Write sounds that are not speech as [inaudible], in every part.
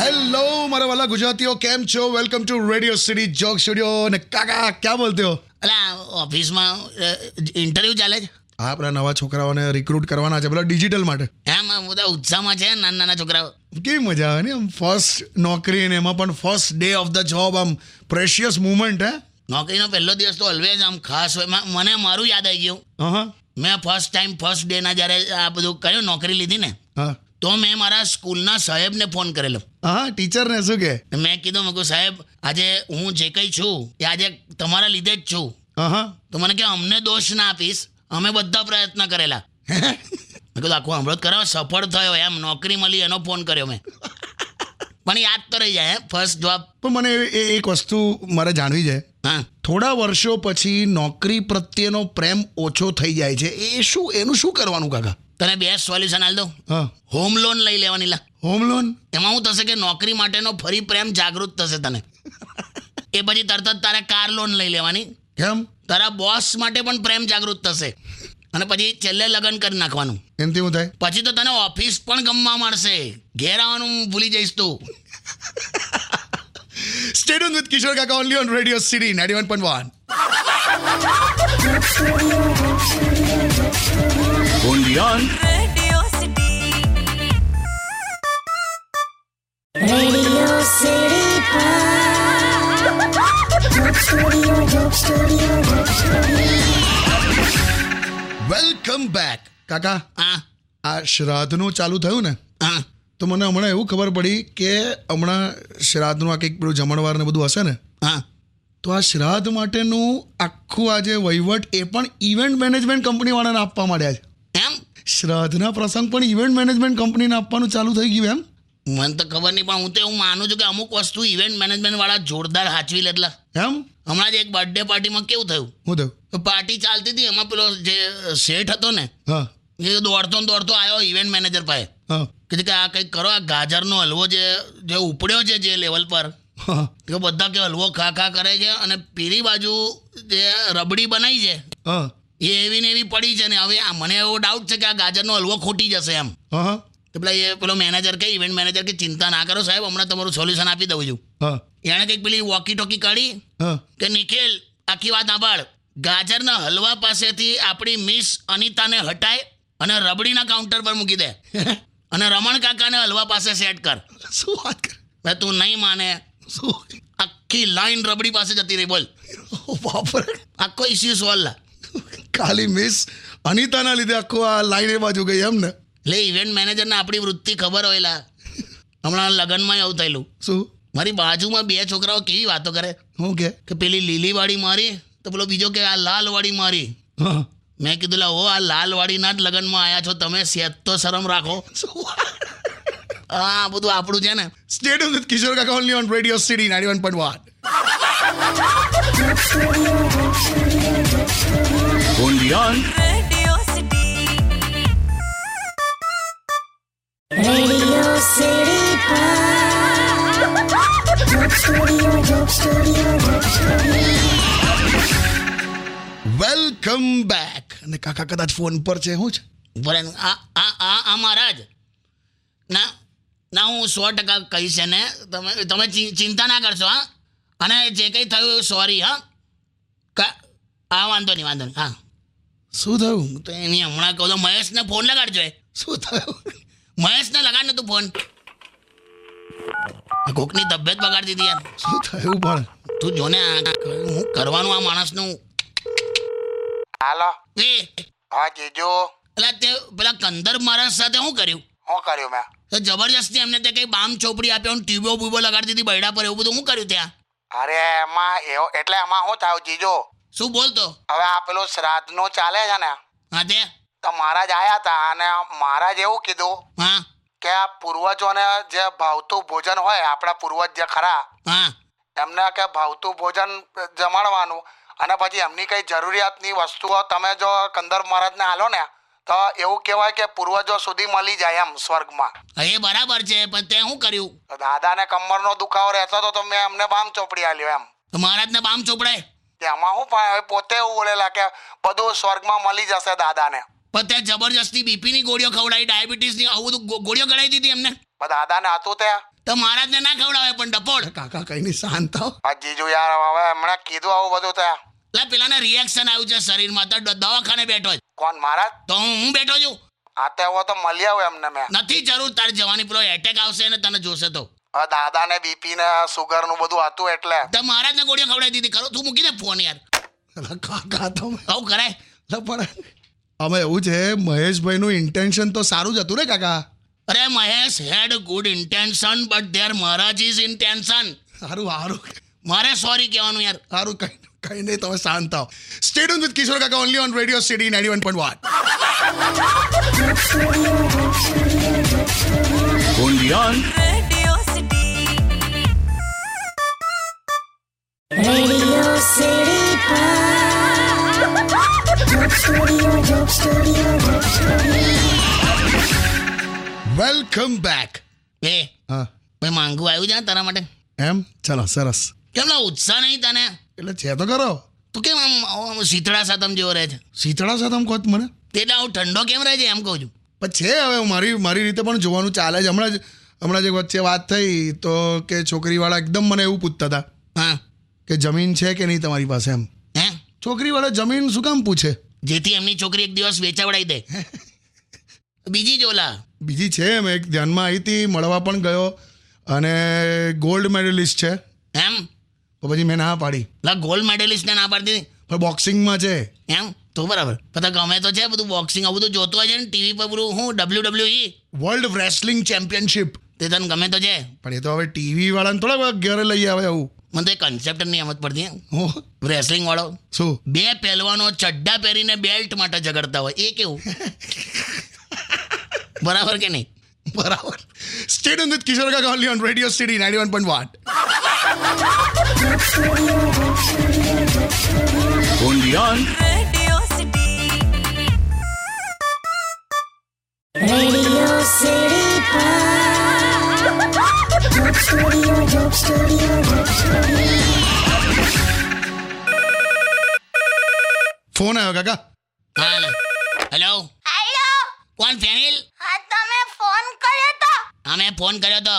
Hello મારા વાલા ગુજરાતીઓ કેમ છો welcome to Radio City joke studio અને કાકા ક્યાં બોલતે હો અલા ઓફિસમાં ઇન્ટરવ્યૂ ચાલે છે આ આપણા નવા છોકરાઓને રિક્રુટ કરવાના છે પેલા ડિજિટલ માટે એમ આ બધા ઉત્સાહમાં છે નાના નાના છોકરાઓ કેવી મજા આવે ને આમ ફર્સ્ટ નોકરી ને એમાં પણ first day of the job આમ પ્રેશિયસ મુમેન્ટ હે નોકરીનો પહેલો દિવસ તો ઓલવેઝ આમ ખાસ હોય મ- મને મારું યાદ આવી ગયું હા મેં ફર્સ્ટ ટાઈમ ફર્સ્ટ ડેના જ્યારે આ બધું કર્યું નોકરી લીધી ને હા તો મેં મારા સ્કૂલના સાહેબને ફોન કરેલો હા ટીચરને શું કે ને મેં કીધું મેં કહ્યું સાહેબ આજે હું જે કંઈ છું એ આજે તમારા લીધે જ છું હા તો મને કે અમને દોષ ના આપીશ અમે બધા પ્રયત્ન કરેલા મેં કીધું આખું અમૃત કરાવો સફળ થયો એમ નોકરી મળી એનો ફોન કર્યો મેં પણ યાદ તો રહી જાય ફર્સ્ટ જોબ પણ મને એ- એ એક વસ્તુ મારે જાણવી છે હા થોડા વર્ષો પછી નોકરી પ્રત્યેનો પ્રેમ ઓછો થઈ જાય છે એ શું એનું શું કરવાનું કાકા તને બે સોલ્યુશન આલ દઉં હા હોમ લોન લઈ લેવાની લા હોમ લોન એમાં શું થશે કે નોકરી માટેનો ફરી પ્રેમ જાગૃત થશે તને એ પછી તરત જ તારે કાર લોન લઈ લેવાની કેમ તારા બોસ માટે પણ પ્રેમ જાગૃત થશે અને પછી છેલ્લે લગ્ન કરી નાખવાનું એમથી હું થાય પછી તો તને ઓફિસ પણ ગમવા મળશે ઘેર આવવાનું ભૂલી જઈશ તું સ્ટેડિયમ વિથ કિશોર કાકા only on radio city ninety one point one Radio City. Radio City welcome back કાકા હા આ શ્રાદ્ધનું ચાલુ થયું ને હા તો મને હમણાં એવું ખબર પડી કે હમણાં શ્રાદ્ધનું આ કંઈક પેલું જમણવાર ને બધું હશે ને હા તો આ શ્રાદ્ધ માટેનું આખું આ જે વહીવટ એ પણ ઇવેન્ટ મેનેજમેન્ટ કંપનીવાળાને આપવા માંડ્યા છે એમ શ્રાદ્ધના પ્રસંગ પણ ઇવેન્ટ મેનેજમેન્ટ કંપનીને આપવાનું ચાલુ થઈ ગયું એમ મને તો ખબર નહીં પણ હું તો એવું માનું છું કે અમુક વસ્તુ ઇવેન્ટ મેનેજમેન્ટ વાળા જોરદાર હાચવી લેટલા એમ હમણાં જ એક બર્થડે પાર્ટીમાં કેવું થયું હું થયું પાર્ટી ચાલતી હતી એમાં પેલો જે શેઠ હતો ને હા એ દોડતો ને દોડતો આવ્યો ઇવેન્ટ મેનેજર પાસે હા કીધું કે આ કંઈક કરો આ ગાજરનો હલવો જે જે ઉપડ્યો છે જે લેવલ પર હા તો બધા કે હલવો ખા ખા કરે છે અને પીરી બાજુ જે રબડી બનાવી છે હા એ એવી ને એવી પડી છે ને હવે આ મને એવો ડાઉટ છે કે આ ગાજરનો હલવો ખોટી જશે એમ હા હા તો પેલા એ પેલો મેનેજર કે ઇવેન્ટ મેનેજર કે ચિંતા ના કરો સાહેબ હમણાં તમારું સોલ્યુશન આપી દઉં છું હા એણે કંઈક પેલી વોકી ટોકી કાઢી હા [laughs] કે નિખિલ આખી વાત સાંભળ ગાજરના હલવા પાસેથી આપણી મિસ અનિતાને હટાય અને રબડીના કાઉન્ટર પર મૂકી દે અને રમણ કાકાને હલવા પાસે સેટ કર શું વાત કરે હવે તું નહીં માને શું આખી લાઈન રબડી પાસે જતી રહી બોલ ઓ [laughs] બાપરે આખો ઇસ્યુ સોલ્વ લા કાલી મિસ અનિતાના લીધે આખો આ લાઈન એ બાજુ ગઈ એમ ને એટલે ઇવેન્ટ મેનેજરને આપણી વૃત્તિ ખબર હોય લા હમણાં લગ્નમાં એવું થયેલું શું મારી બાજુમાં બે છોકરાઓ કેવી વાતો કરે હું કે કે પેલી લીલીવાળી મારી તો પેલો બીજો કે આ લાલવાળી મારી હા મેં કીધું લા ઓ આ લાલવાડીના જ લગ્નમાં આવ્યા છો તમે સેજ તો શરમ રાખો આ બધું આપણું છે ને સ્ટેડિયમ વિથ કિશોર કાકા only on radio city ninety one point one Radio City. Radio City welcome back અને કાકા કદાચ ફોન પર છે હું છે ઉપર એનું આ આ આ આ મારા જ ના ના હું સો ટકા કહીશ એને તમે તમે ચિં- ચિંતા ના કરશો હા અને જે કંઈ થયું સોરી હા કા- હા વાંધો નહીં વાંધો નહીં હા શું થયું તો એની હમણાં કહું તો મહેશને ફોન લગાડજો એ શું થયું મહેશને લગાડને તું ફોન આ કોકની તબિયત બગાડતી હતી યાર શું થયું પણ તું જોને આ- આ હું કરવાનું આ માણસનું હાલો એ હા જીજુ પેલા તે પેલા કંદર મહારાજ સાથે શું કર્યું શું કર્યું મેં તો જબરજસ્તી એમને તે કઈ બામ ચોપડી આપ્યો ને ટ્યુબો બ્યુબો લગાડી દીધી બૈડા પર એવું બધું શું કર્યું ત્યાં અરે એમાં એવો એટલે એમાં શું થયું જીજુ શું બોલતો હવે આ પેલું શ્રાદ્ધનું ચાલે છે ને હા તે તો મહારાજ આવ્યા હતા અને મહારાજ એવું કીધું હા કે આ પૂર્વજોને જે ભાવતું ભોજન હોય આપણા પૂર્વજ જે ખરા હા એમને કે ભાવતું ભોજન જમાડવાનું અને પછી એમની કઈ જરૂરિયાતની વસ્તુઓ તમે જો કંદર મહારાજને હાલો ને તો એવું કહેવાય કે પૂર્વજો સુધી મળી જાય એમ સ્વર્ગમાં હા, એ બરાબર છે પણ તે શું કર્યું તો દાદાને કમરનો દુખાવો રહેતો હતો તો મેં એમને બામ ચોપડી આલ્યો એમ તો મહારાજને બામ ચોપડાય કે આમાં હું પણ હવે પોતે એવું બોલેલા કે બધું સ્વર્ગમાં મળી જશે દાદાને પણ ત્યાં જબરજસ્તી બીપીની ગોળીઓ ખવડાવી ડાયાબિટીસની આવું બધું ગો- ગોળીઓ કરાવી દીધી એમને પણ દાદાને હતું ત્યાં તો મહારાજને ના ખવડાવે પણ ડપોડ કાકા કઈ નહીં શાંત થાવ આ જીજુ યાર હવે એમણે કીધું આવું બધું ત્યાં એટલે પેલાને રિએક્શન આવ્યું છે શરીરમાં તો ડ- દવાખાને બેઠો છે કોણ મહારાજ તો હું હું બેઠો છું આ તે તો મળી આવું એમને મેં નથી જરૂર તારે જવાની પેલો એટેક આવશે ને તને જોશે તો હવે દાદાને બીપી ને સુગર નું બધું હતું એટલે તો મહારાજને ગોળીઓ ખવડાવી દીધી ખરો તું મૂકી દે ફોન યાર અલા, કાકા તમે આવું કરાય અલા, પણ અમે એવું છે મહેશભાઈનું ઇન્ટેન્શન તો સારું જ હતું ને કાકા અરે Mahesh had good intention but there Maharaj is intention સારું સારું મારે સોરી કહેવાનું યાર સારું કઈ કઈ નહીં તમે શાંત થાવ સ્ટેડિયમ વિથ કિશોર કાકા only on radio city ninety one point one Radio City. Radio City Pod. Joke Studio, Joke Studio, Joke Studio. Welcome back બે હા મેં માંગુ આવ્યું છે ને તારા માટે એમ ચલો સરસ કેમનો ઉત્સાહ નહીં તને એટલે છે તો ખરો તું કેમ આમ આમ શીતળા સાતમ જેવો રહે છે શીતળા સાથે આમ કહો તો મને તે એટલે આવું ઠંડો કેમ રહે છે એમ કહું છું પણ છે હવે હું મારી મારી રીતે પણ જોવાનું ચાલે છે હમણાં જ હમણાં જ એક વચ્ચે વાત થઈ તો કે છોકરીવાળા એકદમ મને એવું પૂછતા હતા હા કે જમીન છે કે નહીં તમારી પાસે એમ હે છોકરીવાળા જમીન શું કામ પૂછે જેથી એમની છોકરી એક દિવસ વેચાવડાવી દે બીજી જોલા બીજી છે એમ એક ધ્યાનમાં આવી હતી મળવા પણ ગયો અને ગોલ્ડ મેડલિસ્ટ છે એમ તો પછી મેં ના પાડી લા ગોલ્ડ મેડલિસ્ટને ના પાડતી હતી. પણ બોક્સિંગમાં છે એમ તો બરાબર બધા ગમે તો છે બધું બોક્સિંગ આવું બધું જોતો હોય છે ને ટીવી પર પૂરું હું W W world wrestling championship તે તને ગમે તો છે પણ એ તો હવે ટીવી વાળાને થોડા ઘરે લઈ આવે આવું મને તો એ કન્સેપ્ટ નહીં સમજ પડતી હું રેસલિંગ વાળો શું બે પહેલવાનો ચડ્ડા પહેરીને બેલ્ટ માટે ઝઘડતા હોય એ કેવું બરાબર કે નહીં બરાબર સ્ટેડિયમ વિથ કિશોર કાકા only on radio city ninety one point one Radio City. Radio City Pod. Joke Studio, Joke Studio, Joke Studio. Phone આવ્યો કાકા હા હેલો હેલો કોણ ફેનિલ હા તમે ફોન કર્યો તો હા મેં ફોન કર્યો તો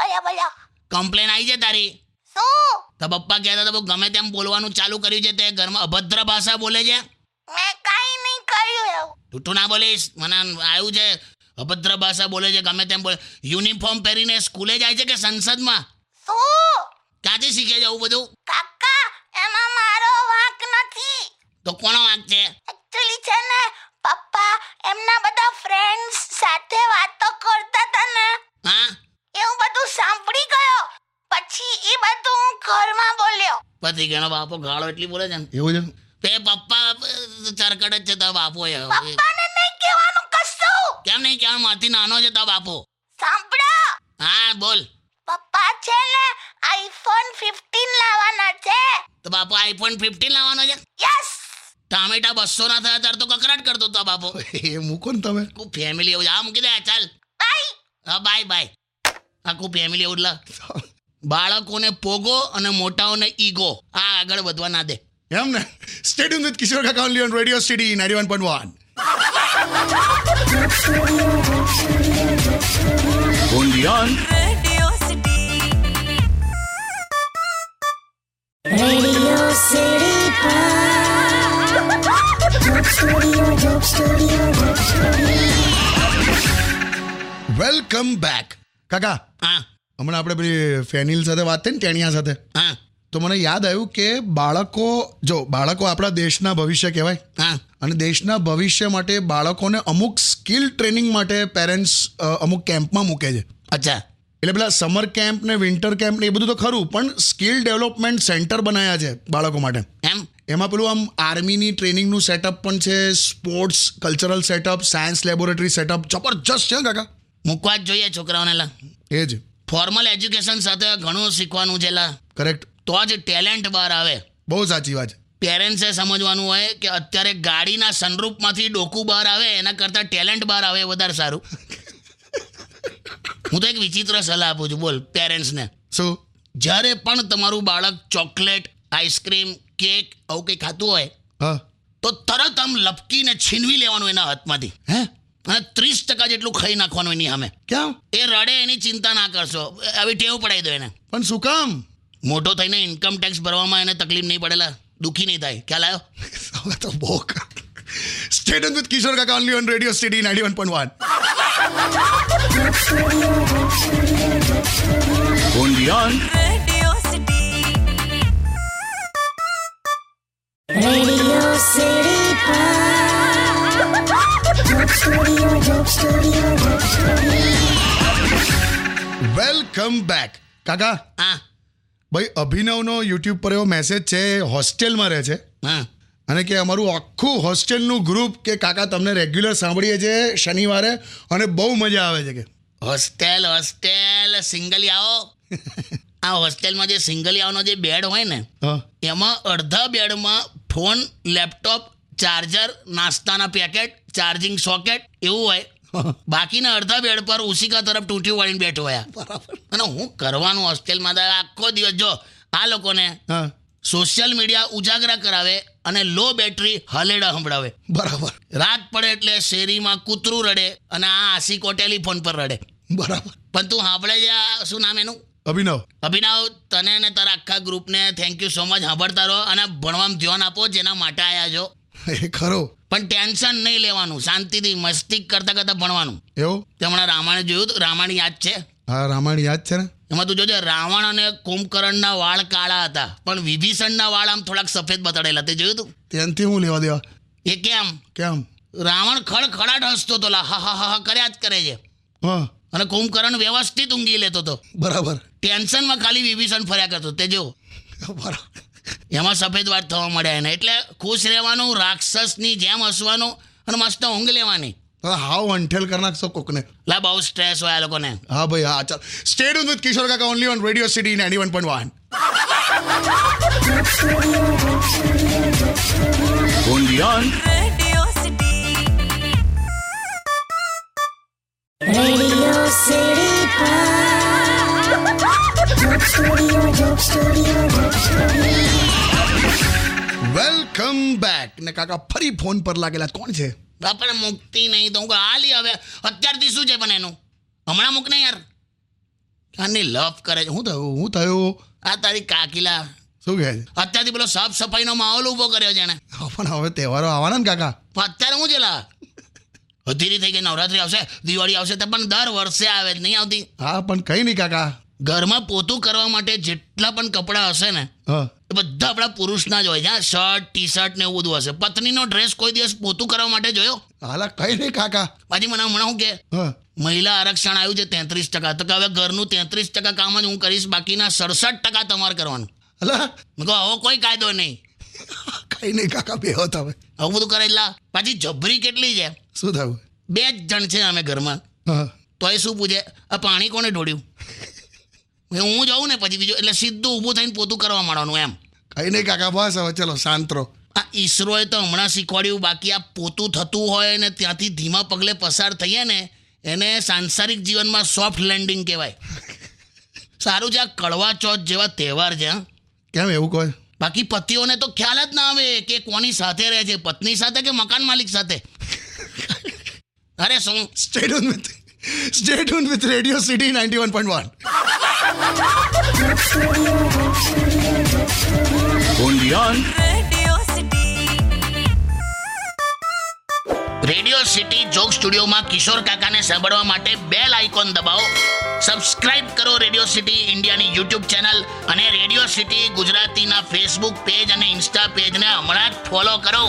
બોલો બોલો કમ્પ્લેન આવી છે તારી શું તો પપ્પા કહેતા હતા બહુ ગમે તેમ બોલવાનું ચાલુ કર્યું છે તે ઘરમાં અભદ્ર ભાષા બોલે છે મેં કઈ નહીં કર્યું એવું જૂઠું ના બોલીશ મને આવ્યું છે અભદ્ર ભાષા બોલે છે ગમે તેમ બોલે યુનિફોર્મ પહેરીને સ્કૂલે જાય છે કે સંસદમાં શું ક્યાંથી શીખે છે આવું બધું કાકા એમાં મારો વાંક નથી તો કોનો વાંક છે એકચ્યુઅલી છે ને પપ્પા એમના બધા ફ્રેન્ડ્સ સાથે વાતો કરતા હતા ને હા એ હું બધું સાંભળી ગયો પછી એ બધું હું ઘરમાં બોલ્યો પતિ ગયો બાપો ગાળો એટલી બોલે છે ને એવું છે તે પપ્પા અ, ચરકટ જ છે તો બાપો એ. પપ્પાને નહીં કહેવાનું કશું કેમ નહીં કેમ મારથી નાનો છે તો બાપો સાંભળો હા બોલ પપ્પા છે ને આઈફોન 15 લાવવાના છે તો બાપો આઈફોન ફિફ્ટીન લાવવાનો છે યસ ટામેટા બસો ના થયા ત્યારે તો કકરાટ કરતો હતો બાપો એ મૂકો ને તમે આખું ફેમિલી એવું છે. હા મૂકી દે ચાલ બાય હા બાય બાય આખું ફેમિલી એવું લા બાળકોને પોગો અને મોટાઓને ઈગો આ આગળ વધવા ના દે એમ ને સ્ટેડિયમ વિથ કિશોર કાકા only on radio city ninety one point one Radio City. Radio City Pod. Joke Studio, Joke Studio, Joke Studio. Welcome back કાકા હા હમણાં આપણે પેલી ફેનિલ સાથે વાત થઈ ને ટેણિયા સાથે હા તો મને યાદ આવ્યું કે બાળકો જો બાળકો આપણા દેશના ભવિષ્ય કહેવાય હા અને દેશના ભવિષ્ય માટે બાળકોને અમુક સ્કિલ ટ્રેનિંગ માટે પેરેન્ટ્સ અમુક કેમ્પમાં મૂકે છે અચ્છા એટલે પેલા સમર કેમ્પ ને વિન્ટર કેમ્પ ને એ બધું તો ખરું પણ સ્કિલ ડેવલપમેન્ટ સેન્ટર બનાવ્યા છે બાળકો માટે એમ એમાં પેલું આમ આર્મીની ટ્રેનિંગનું સેટઅપ પણ છે sports cultural setup science laboratory setup જબરજસ્ત છે કાકા મૂકવા જ જોઈએ છોકરાઓને લા એ જ ફોર્મલ એજ્યુકેશન સાથે ઘણું શીખવાનું છે લા કરેક્ટ તો જ ટેલેન્ટ બહાર આવે બહુ સાચી વાત છે. પેરેન્ટ્સે સમજવાનું હોય કે અત્યારે ગાડીના સનરૂપમાંથી ડોકું બહાર આવે એના કરતાં ટેલેન્ટ બહાર આવે એ વધારે સારું હું તો એક વિચિત્ર સલાહ આપું છું બોલ પેરેન્ટ્સને શું જ્યારે પણ તમારું બાળક ચોકલેટ આઈસ્ક્રીમ કેક આવું કંઈ ખાતું હોય હા તો તરત આમ લપકીને છીનવી લેવાનું એના હાથમાંથી હે અને ત્રીસ ટકા જેટલું ખાઈ નાખવાનું એની સામે કેમ એ રડે એની ચિંતા ના કરશો આવી ટેવ પડાવી દો એને પણ શું કામ મોટો થઈને ઇન્કમ ટેક્સ ભરવામાં એને તકલીફ નહીં પડેલા દુઃખી નહીં થાય ખ્યાલ આવ્યો હવે તો બહુ સ્ટેટ વિથ કિશોર કાકા only on radio city ninety one point one Radio City. Radio City Pod. Joke Studio, Joke Studio, Joke Studio. Welcome back કાકા હા ભાઈ અભિનવનો યુટ્યુબ પર એવો મેસેજ છે હોસ્ટેલમાં રહે છે હા અને કે અમારું આખું હોસ્ટેલનું ગ્રુપ કે કાકા તમને રેગ્યુલર સાંભળીએ છીએ શનિવારે અને બહુ મજા આવે છે કે હોસ્ટેલ હોસ્ટેલ સિંગલિયાઓ આ હોસ્ટેલમાં જે સિંગલિયાઓનો જે બેડ હોય ને હા એમાં અડધા બેડમાં ફોન લેપટોપ ચાર્જર નાસ્તાના પેકેટ ચાર્જિંગ સોકેટ એવું હોય બાકીના અડધા બેડ પર ઉશિકા તરફ ટૂંટી વાળીને બેઠો હોય આ. અને હું કરવાનું હોસ્ટેલમાં તો આખો દિવસ જો આ લોકોને હા સોશિયલ મીડિયા ઉજાગરા કરાવે અને લો બેટરી હલેડા સંભળાવે બરાબર રાત પડે એટલે શેરીમાં કૂતરું રડે અને આ આશિકો ટેલિફોન પર રડે બરાબર પણ તું સાંભળે છે આ શું નામ એનું અભિનવ અભિનવ તને અને તારા આખા ગ્રુપને થેન્ક યુ સો મચ સાંભળતા રહો અને ભણવામાં ધ્યાન આપો જેના માટે આવ્યા છો એ ખરો પણ ટેન્શન નહીં લેવાનું શાંતિથી મસ્તી કરતાં કરતાં ભણવાનું એવું તે હમણાં રામાયણ જોયું હતું રામાયણ યાદ છે હા રામાયણ યાદ છે ને એમાં તું જોજે રાવણ અને કુંભકર્ણના વાળ કાળા હતા પણ વિભીષણના વાળ આમ થોડાક સફેદ બતાડેલા તે જોયું તું ત્યાંથી હું લેવા દેવા એ કેમ કેમ રાવણ ખડખડાટ હસતો હતો લા હા હા હા હા કર્યા જ કરે છે હા અને કુંભકર્ણ વ્યવસ્થિત ઊંઘી લેતો હતો બરાબર ટેન્શનમાં ખાલી વિભીષણ ફર્યા કરતો તે જો બરાબર એમાં સફેદ વાત થવા મળ્યા એને એટલે ખુશ રહેવાનું રાક્ષસની જેમ હસવાનું અને મસ્ત ઊંઘ લેવાની હવે હાવ અંઠેલ કરી નાખશો કોકને લા બહુ સ્ટ્રેસ હોય આ લોકોને હા ભાઈ હા ચાલ સ્ટેટ વિથ કિશોર કાકા only on radio city ninety one point one Radio City. Radio City Pod. Joke Studio, Joke Studio, Joke Studio. Welcome back ને કાકા ફરી ફોન પર લાગેલા કોણ છે બાપરે મુક્તિ નહીં તો હું કહું, હાલી હવે અત્યારથી શું છે પણ એનું હમણાં મૂક ને યાર આની લફ કરે છે હું હું થયું હું થયું આ તારી કાકીલા શું કહે છે અત્યારથી પેલો સાફ સફાઈનો માહોલ ઊભો કર્યો છે એણે હા, પણ હવે તહેવારો આવવાના ને કાકા પણ અત્યારે હું છે લા અધીરી થઈ ગઈ નવરાત્રી આવશે દિવાળી આવશે તો પણ દર વર્ષે આવે જ નહીં આવતી હા પણ કઈ નહીં કાકા ઘરમાં પોતું કરવા માટે જેટલા પણ કપડાં હશે ને હા એ બધા આપણા પુરુષના જ હોય છે હા. શર્ટ ટી શર્ટ ને એવું બધું હશે પત્નીનો ડ્રેસ કોઈ દિવસ પોતું કરવા માટે જોયો હાલા કઈ નહીં કાકા પાછી મને હમણાં શું કે હા મહિલા આરક્ષણ આવ્યું છે તેત્રીસ ટકા તો કે હવે ઘરનું તેત્રીસ ટકા કામ જ હું કરીશ બાકીના સડસઠ ટકા તમારે કરવાનું અલા મેં કહું આવો કોઈ કાયદો નહીં કઈ નહીં કાકા બે હોત હવે આવું બધું કરે એટલે પાછી જબરી કેટલી છે શું થયું બે જ જણ છે અમે ઘરમાં હા તો એ શું પૂછે આ પાણી કોણે ઢોળ્યું મેં કીધું, હું જાઉં ને પછી બીજું એટલે સીધું ઊભું થઈને પોતું કરવા માંડવાનું એમ કઈ નહીં કાકા બસ હવે ચલો શાંત રહો આ ઈસરોએ તો હમણાં શીખવાડ્યું બાકી આ પોતું થતું હોય ને ત્યાંથી ધીમા પગલે પસાર થઈએ ને એને સાંસારિક જીવનમાં સોફ્ટ લેન્ડિંગ કહેવાય સારું છે આ કડવા ચોથ જેવા તહેવાર છે હા. કેમ એવું કહો છો? બાકી પતિઓને તો ખ્યાલ જ ના આવે કે કોની સાથે રહે છે પત્ની સાથે કે મકાન માલિક સાથે અરે શું Stay tuned with Stay tuned with Radio City 91.1. Radio City. Radio City joke સ્ટુડિયોમાં કિશોર કાકાને સાંભળવા માટે બેલ આઇકોન દબાવો સબસ્ક્રાઇબ કરો રેડિયો સિટી ઇન્ડિયાની યુટ્યુબ ચેનલ અને રેડિયો સિટી ગુજરાતીના ફેસબુક પેજ અને ઇન્સ્ટા પેજને હમણાં જ ફોલો કરો